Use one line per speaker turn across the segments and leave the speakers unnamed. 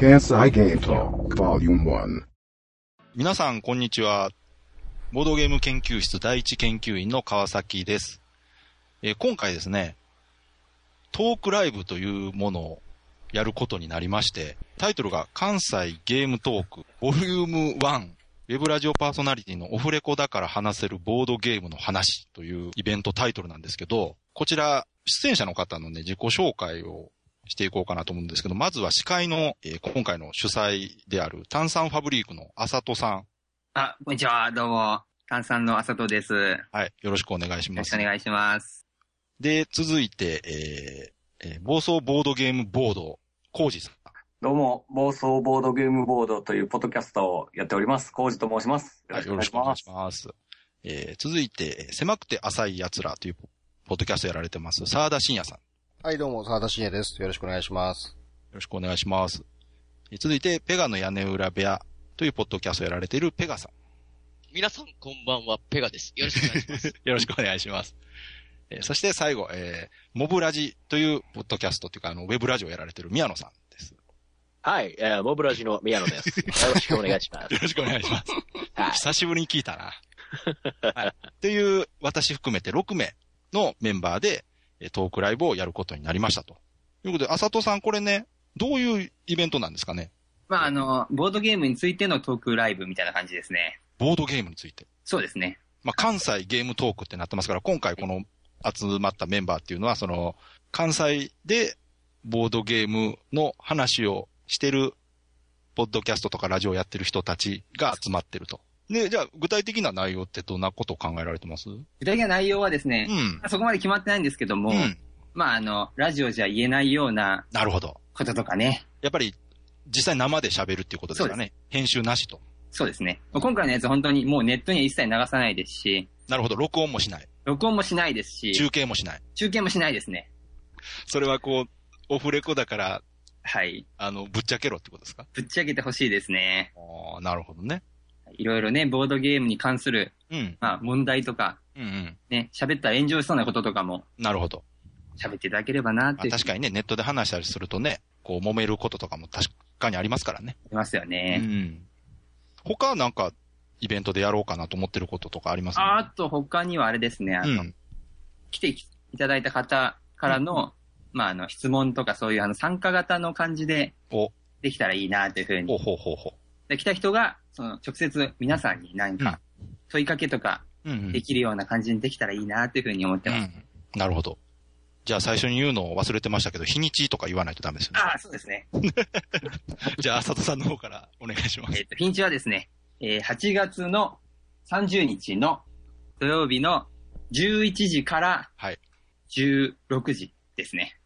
Kansai Game Talk Volume 1.
皆さん、こんにちは。ボードゲーム研究室第一研究員の川崎です。えー今回ですね、トークライブというものをやることになりまして、タイトルが関西ゲームトークボリューム1。ウェブラジオパーソナリティのオフレコだから話せるボードゲームの話というイベントタイトルなんですけど、こちら、出演者の方のね、自己紹介をしていこうかなと思うんですけど、まずは司会の、えー今回の主催である炭酸ファブリークのあさとさん。
あ、こんにちは。どうも。炭酸のあさとです。よ
はい。よろしくお願いしま
ろし
す。
くお願いします。
で、続いて、えーえー暴走ボードゲームボード、コージさん。
どうも、暴走ボードゲームボードというポッドキャストをやっております。コウジと申します。
はい、よろしくお願いします。えー続いて、えー狭くて浅い奴らというポポッドキャストやられてます、沢田信也さん。よ
はい、どうも、沢田信也です。よろしくお願いします。
ろしくお願いします。えー続いて、ペガの屋根裏部屋というポッドキャストやられているペガさん。
皆さん、こんばんは、ペガです。よろしくお願いします。
よろしくお願いします。えーそして最後、えーモブラジというポッドキャストというか、あの、ウェブラジオやられている宮野さんです。
はい、えー、モブラジの宮野です。よろしくお願いします。
よろしくお願いします。
はい
久しぶりに聞いたな。はい。という、私含めて6名のメンバーで、えートークライブをやることになりましたと。ということで、あさとさん、これね、どういうイベントなんですかね
まあ、あの、ボードゲームについてのトークライブみたいな感じですね。
ボードゲームについて。
そうですね。
まあ、関西ゲームトークってなってますから、今回この集まったメンバーっていうのは、その、関西でボードゲームの話をしてる、ポッドキャストとかラジオやってる人たちが集まってると。ね、じゃあ、具体的な内容ってどんなことを考えられてますうん。
具体的な内容はですね、そこまで決まってないんですけども、
うん。
まあ、あの、ラジオじゃ言えないような
なるほど。
こととかね。
やっぱり、実際生で喋るっていうことですかね。編集なしと。
そうですね。今回のやつ本当にもうネットには一切流さないですし、
なるほど。録音もしない。
録音もしないですし、
中継もしない。
中継もしないですね。
それはこう、オフレコだから、
はい。
あの、ぶっちゃけろってことですか
ぶっちゃけてほしいですね。
ああ、なるほどね。
いろいろね、ボードゲームに関する、
うん。
まあ、問題とか、
うんうん。
ね、喋ったら炎上しそうなこととかも
なるほど。
喋っていただければなっ
ま
て
あ、確かにね、ネットで話したりするとね、こう、揉めることとかも確かにありますからね。
思いますよ
う
ね。
ん。他なんか、イベントでやろうかなと思ってることとかあります
あと他にはあれですね、あ
う
の、
ん。
来ていただいた方からの、まあ、あの、質問とかそういうあの、参加型の感じで
お、
できたらいいなというふう
ほう
に。
ほうほうほ
で、来た人が、その、直接皆さんに何
うん
か問いかけとか
う。うん、うん。
できるような感じにできたらいいなというふうに思ってます。
うん。なるほど。じゃあ最初に言うのを忘れてましたけど、日にちとか言わないとダメですよね。
ああ、そうですね。
じゃあ、浅田さんの方からお願いしま
え
す。
っ、と、日にちはですね、えー8月の30日の土曜日の11時から
はい
16時ですね。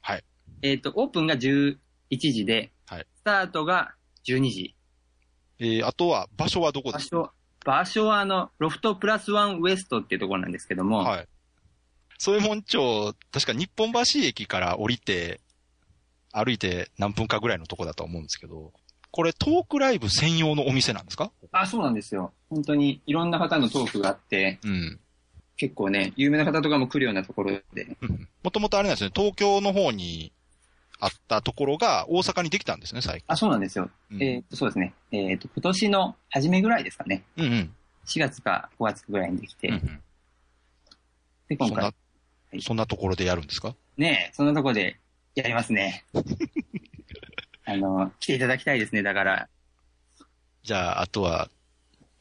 はい。
えっ、と、オープンが11時で、
はい
スタートが12時。
えー、あとは、場所はどこで
場
す
所、場所はあの、ロフトプラスワンウエストっていうところなんですけど
か
も、
はい。そういう門町、確か日本橋駅から降りて、歩いて何分かぐらいのとこだと思うんですけど、これトークライブ専用のお店なんですか
あ、そうなんですよ。本当にいろんな方のトークがあって、
うん。
結構ね、有名な方とかも来るようなところで、
もともとあれなんですね、東京の方にあったところが大阪にできたんですね、最
あ、そうなんですよ。
近。
えっ、と、そうですね。えっ、と、今年の初めぐらいですかね。
うんうん。
4月か5月ぐらいにできて、
うんうん
で、
そ
今
んな
回、い、
そんなところでやるんですか
ね、そんなとこでやりま すね。あの、来ていただきたいですね。だから、
じゃあ、あとは、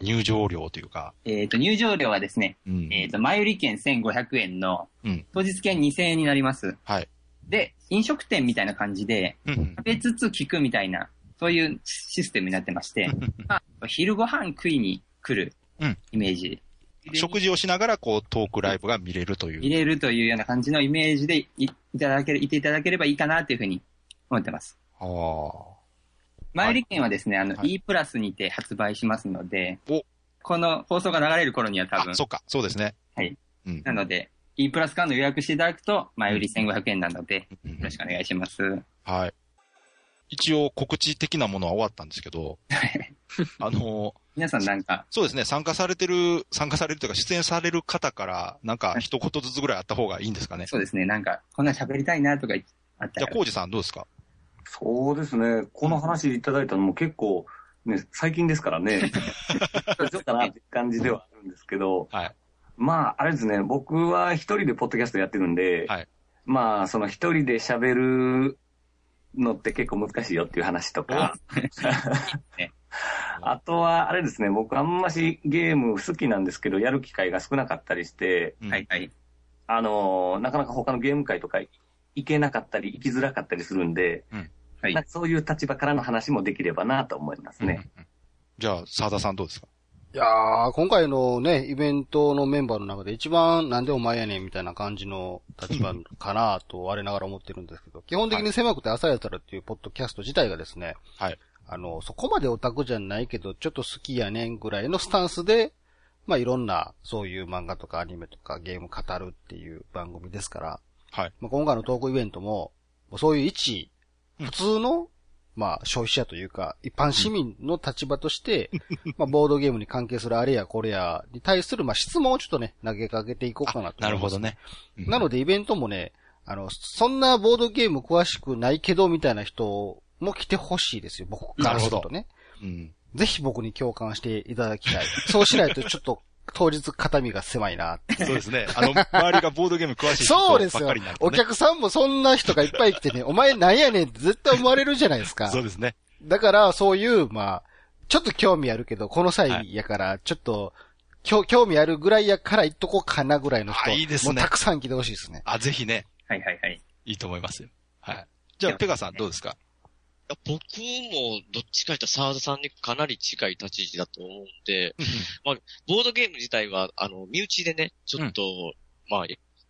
入場料というか、
えっ、と、入場料はですね、
うん
えっ、と、前売り券1500円の
うん、
当日券2000円になります。
はい。
で、飲食店みたいな感じで、
うんうん
食べつつ聞くみたいな、そういうシステムになって まして、まあ、昼ご飯食いに来る
うん
イメージ。
食事をしながら、こう、トークライブが見れるという。
入れるというような感じのイメージでいいただける、いていただければいいかなというふうに思ってます。
ああ。
前売り券はですね、あの、
はい
E プラスにて発売しますので
お、
この放送が流れる頃には多分
あ、、そっか、そうですね。
はい。
うん。
なので、E プラス間の予約していただくと、前売り1500円なので、よ
うん
ろしくお願いします。
はい。一応告知的なものは終わったんですけ ど、あの、
皆さんなんか、
そうですね、参加されてる、参加されるというか出演される方から、なんか一言ずつぐらいあった方がいいんですかね。
そうですね、なんか、こんなん喋りたいなとかあった
じゃあ、
ら
コウジさんどうですか
そうですね。この話いただいたのも結構、ね、最近ですか らね。ちょっとなって感じではあるんですけど、
はい
まあ、あれですね、僕は一人でポッドキャストやってるんで、
はい
まあ、その一人で喋るのって結構難しいよっていう話とか、 あとは、あれですね、僕あんましゲーム好きなんですけど、やる機会が少なかったりして、
うん
はいはい。
あのーなかなか他のゲーム会とか行けなかったり、行きづらかったりするんで、
うん
はい
なんかそういう立場からの話もできればなと思いますね。
うんうんじゃあ、澤田さんどうですか
いやー、今回のね、イベントのメンバーの中で一番なんでお前やねんみたいな感じの立場かなと我ながら思ってるんですけど、基本的に狭くて朝やたらっていうポッドキャスト自体がですね、
はい。
あの、そこまでオタクじゃないけど、ちょっと好きやねんぐらいのスタンスで、まあいろんなそういう漫画とかアニメとかゲーム語るっていう番組ですから、
はい。
まあ、今回のトークイベントも、もうそういう一、
うん
普通の、まあ、消費者というか、一般市民の立場と して、まあ、ボードゲームに関係するあれやこれやに対する、まあ、質問をちょっとね、投げかけていこうかなと。
なるほど。ね。うん
なので、イベントもね、あの、そんなボードゲーム詳しくないけど、みたいな人も来てほしいですよ。僕からするとね。
うん。
ぜひ僕に共感していた だきたい。そうしないと、ちょっと、当日、肩身が狭いなって
そうですね。 あの、周りがボードゲーム詳しい人ば
そう
っ
ですよ
かりになる。と
お
ね。
客さんもそんな人がいっぱい来てね、お前なんやねんって絶対思われるじゃないですか
そ。うですね。
だから、そういう、まあ、ちょっと興味あるけど、この際やから、ちょっと、きょ興味あるぐらいやから言っとこうかなぐらいの人、
あいいですね
もうたくさん来てほしいですね。
あ、ぜひね、
はいはいはい。
いいと思いますよ。はい。じゃあ、ペガさんどうですか
いや僕もどっちかというと沢田さんにかなり近い立ち位置だと思うんで、ボードゲーム自体は、あの、身内でね、ちょっと、まあ、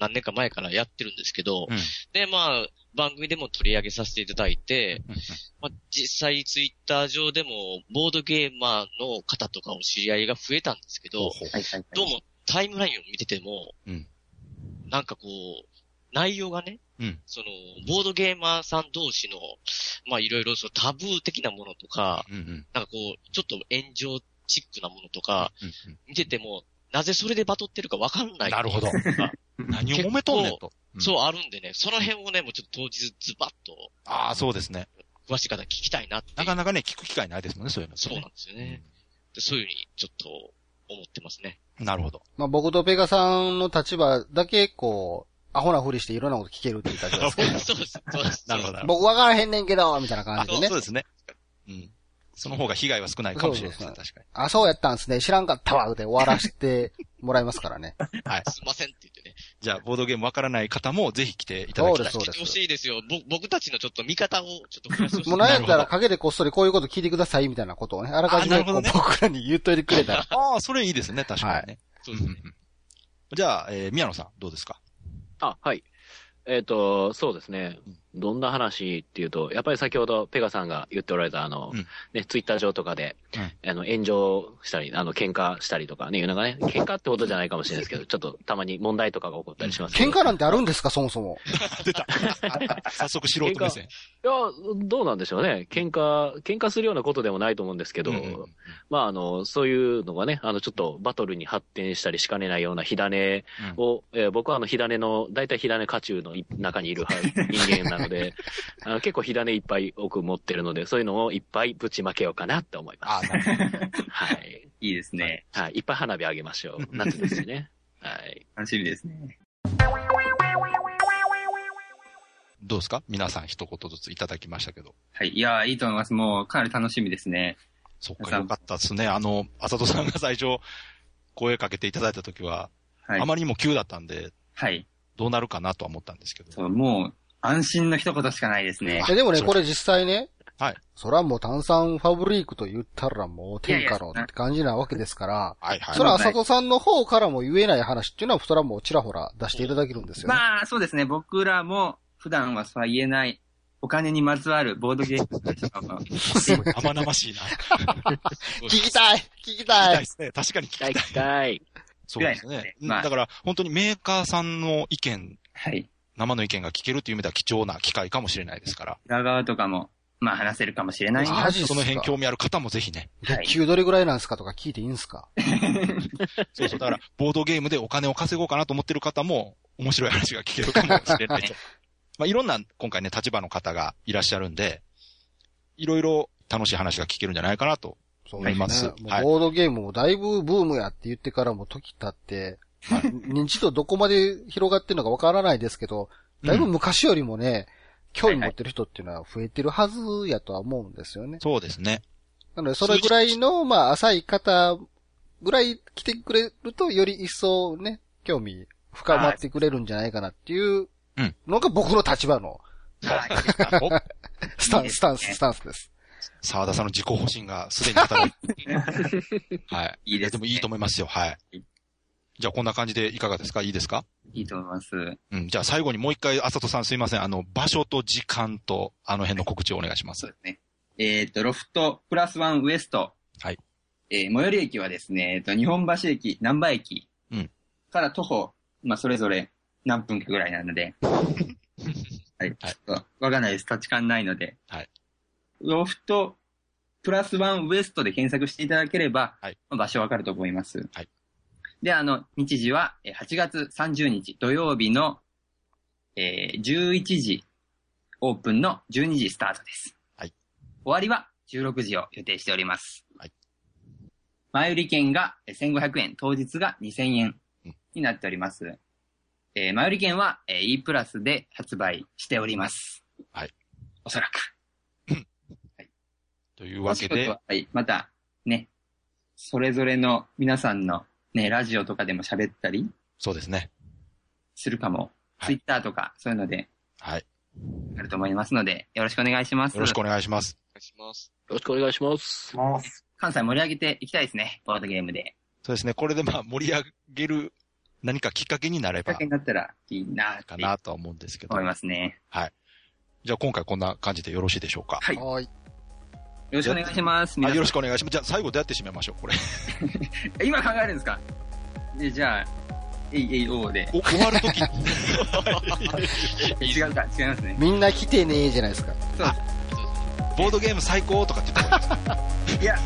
何年か前からやってるんですけど、
うん
で、まあ、番組でも取り上げさせていただいて、
うんうん
まあ、実際ツイッター上でも、ボードゲーマーの方とかお知り合いが増えたんですけど、
はいはいはい。
どうもタイムラインを見てても、
うん
なんかこう、内容がね、
うん
その、ボードゲーマーさん同士の、まあいろいろそうタブー的なものとか、
うんうん
なんかこう、ちょっと炎上チックなものとか、
うん
見てても、なぜそれでバトってるかわかん
う
なんい。
なるほど。何を揉めとんねんと。うん
そうあるんでね、その辺をね、もうちょっと当日ズバッと、
ああ、そうですね。
詳しい方聞きたいなっていう
なかなかね、聞く機会ないですもんね、そういうのって
そう
ね、
なんですよね。でそういうふうに、ちょっと、思ってますね。
うんなるほど。
まあ僕とペガさんの立場だけ、こう、アホなふりしていろんなこと聞けるっていう立場です
そうです、 そうです。
なるほど。なるほ
僕わからへんねんけど、みたいな感じ
ど
で
そうそ
ね
う。ですね。うん。その方が被害は少ないかもしれないですね、
そう
確かに。
あ、そうやったんですね。知らんかったわ、で終わらせても らいますからね。
はい。
すいませんって言ってね。
じゃあ、ボードゲームわからない方もぜひ来ていただきたい。
そうです
欲しいですよ。ぼ、僕たちのちょっと見方をちょっと増やしてほしい。
もうなんやった
なる
ら陰でこっそりこういうこと聞いてくださいみたいなことをね、あらかじ
あなる
め
ほ
こ
ど
う
ね
僕らに言っといてくれた ら。
ああ、それいいですね、確かにね。
そうですね。
うんうんじゃあ、えー宮野さん、どうですか
あ、はい。えっ、と、そうですね。どんな話っていうと、やっぱり先ほどペガさんが言っておられた、あの、
うん
ね、ツイッター上とかで、あの、炎上したり、あの、喧嘩したりとかね、いうのがね、喧嘩ってほどじゃないかもしれないですけど、ちょっとたまに問題とかが起こったりしますけど
喧嘩なんてあるんですか、そもそも。
早速素人目線。
いや、どうなんでしょうね。喧嘩、喧嘩するようなことでもないと思うんですけど、
うんうんうん
まあ、あの、そういうのがね、あの、ちょっとバトルに発展したりしかねないような火種を、えー僕はあの、火種の、大体火種家中のい中に いるは人間なので、あの結構火種いっぱい奥持ってるので、そういうのをいっぱいぶちまけようかなって思いま
あ
す。
なるほど
はい。
いいですね。
はい。いっぱい花火あげましょう。夏ですしね。はい。
楽しみですね。
どうですか皆さん一言ずついただきましたけど。
はい。いやー、いいと思います。もう、かなり楽しみですね。
そっか、
皆さん
よかったですね。あの、あさとさんが最初、声かけていただいたときは、
はい
あ。まりにも急だったんで、
はい。
どうなるかなとは思ったんですけど。
そう、もう、安心の一言しかないですね
あ。
え、でもね、
そう
これ実際ね。
はい。
そらもう炭酸ファブリークと言ったらもう天下の
いやいや
って感じなわけですから、
はいはい。
そら浅戸さんの方からも言えない話っていうのは、そらもうちらほら出していただけるんですよね。
まあ、そうですね。僕らも、普段はそうは言えない、お金にまつわるボードゲームの人が
す ごい生々しいな。
聞きたい聞き
聞き
た
たい
い
ですね。確かに聞きた
はいい。。はい。
そうです
ぐらいなん
ね
で。まあ
だから、本当にメーカーさんの意見、
はい。
生の意見が聞けるという意味では貴重な機会かもしれないですから。
裏側とかも、まあ話せるかもしれない
マ
な。
ジっすか
その辺興味ある方もぜひね。
はい。
急どれぐらいなんですかとか聞いていいんですか
そうそう。だから、ボードゲームでお金を稼ごうかなと思ってる方も、面白い話が聞けるかもしれない。 まあ、いろんな今回ね、立場の方がいらっしゃるんで、いろいろ楽しい話が聞けるんじゃないかなと。
そう
思います
もう
はい
ボードゲームもだいぶブームやって言ってからも時経って、認知度どこまで広がってるのかわからないですけど、だいぶ
うん
昔よりもね、興味持ってる人っていうのは増えてるはずやとは思うんですよね。
そうですね。
なので、それぐらいの、まあ、浅い方ぐらい来てくれると、より一層ね、興味深まってくれるんじゃないかなっていう
うん
のが僕の立場の
はい。
お
スタ
いい
ン
で
ス、ス
すね
タンス、スタンスです。
沢田さんの自己保身がすでに語る。はい。
いいですね
でもいいと思いますよ。はい。じゃあこんな感じでいかがですかいいですか
いいと思います。
うん。じゃあ最後にもう一回、あさとさんすいません。あの、場所と時間と、あの辺の告知をお願いしま
そ
す
う。ですね。えっ、と、ロフトプラスワンウエスト。
はい。
えー最寄り駅はですね、えっ、と、日本橋駅、南波駅。
うん
から徒歩、まあ、それぞれ何分かぐらいなの で。はい。ちょっと、わかんないです。立ち感ないので。
はい。
ロフトプラスワンウエストで検索していただければ、
はい
まあ場所わかると思います。
はい。
で、あの、日時は、えー8月30日土曜日の、えー11時オープンの12時スタートです。
はい。
終わりは16時を予定しております。
はい。
前売り券がえー1500円、当日が2000円
うん
になっております。えー前売り券は、えー E プラスで発売しております。
はい。
おそらく。
というわけ
お仕事
で
は、はい。また、ね、それぞれの皆さんのね、ラジオとかでも喋ったり
そうですね。
するかも、
はい
ツイッターとかそういうので
はい。
あると思いますので、よろしくお願いします。
よろしくお願いします。
願いします。
ろしくお願いします。
まあ
関西盛り上げていきたいですね、ボードゲームで。
そうですね。これでまあ盛り上げる何かきっかけになれ
きっ
ば
かけになったらいいなって
かなとは思うんですけど
思い。ますね。
じゃあ今回こんな感じでよろしいでしょうか。
はい
はーい。
よろしくお願いします。
あ
皆さん
よろしくお願いします。じゃあ最後どうやって締めましょうこれ。
今考えるんですかでじゃあ、えいえいおうで。
お 終わるとき。
え違うか、違いますね。
みんな来てねーじゃないですか。
ボードゲーム最高とかって言っても
いや、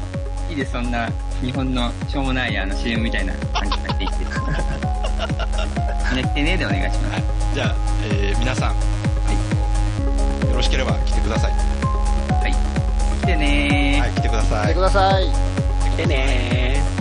いいです、そんな、日本のしょうもないあの CM みたいな感じになっていって。 ねってねでお願いします。
じゃあ、えー皆さん、よろしければ来てください。
来てねー。
はい、来てくださ
来
い
てく。ださい。
来てねー。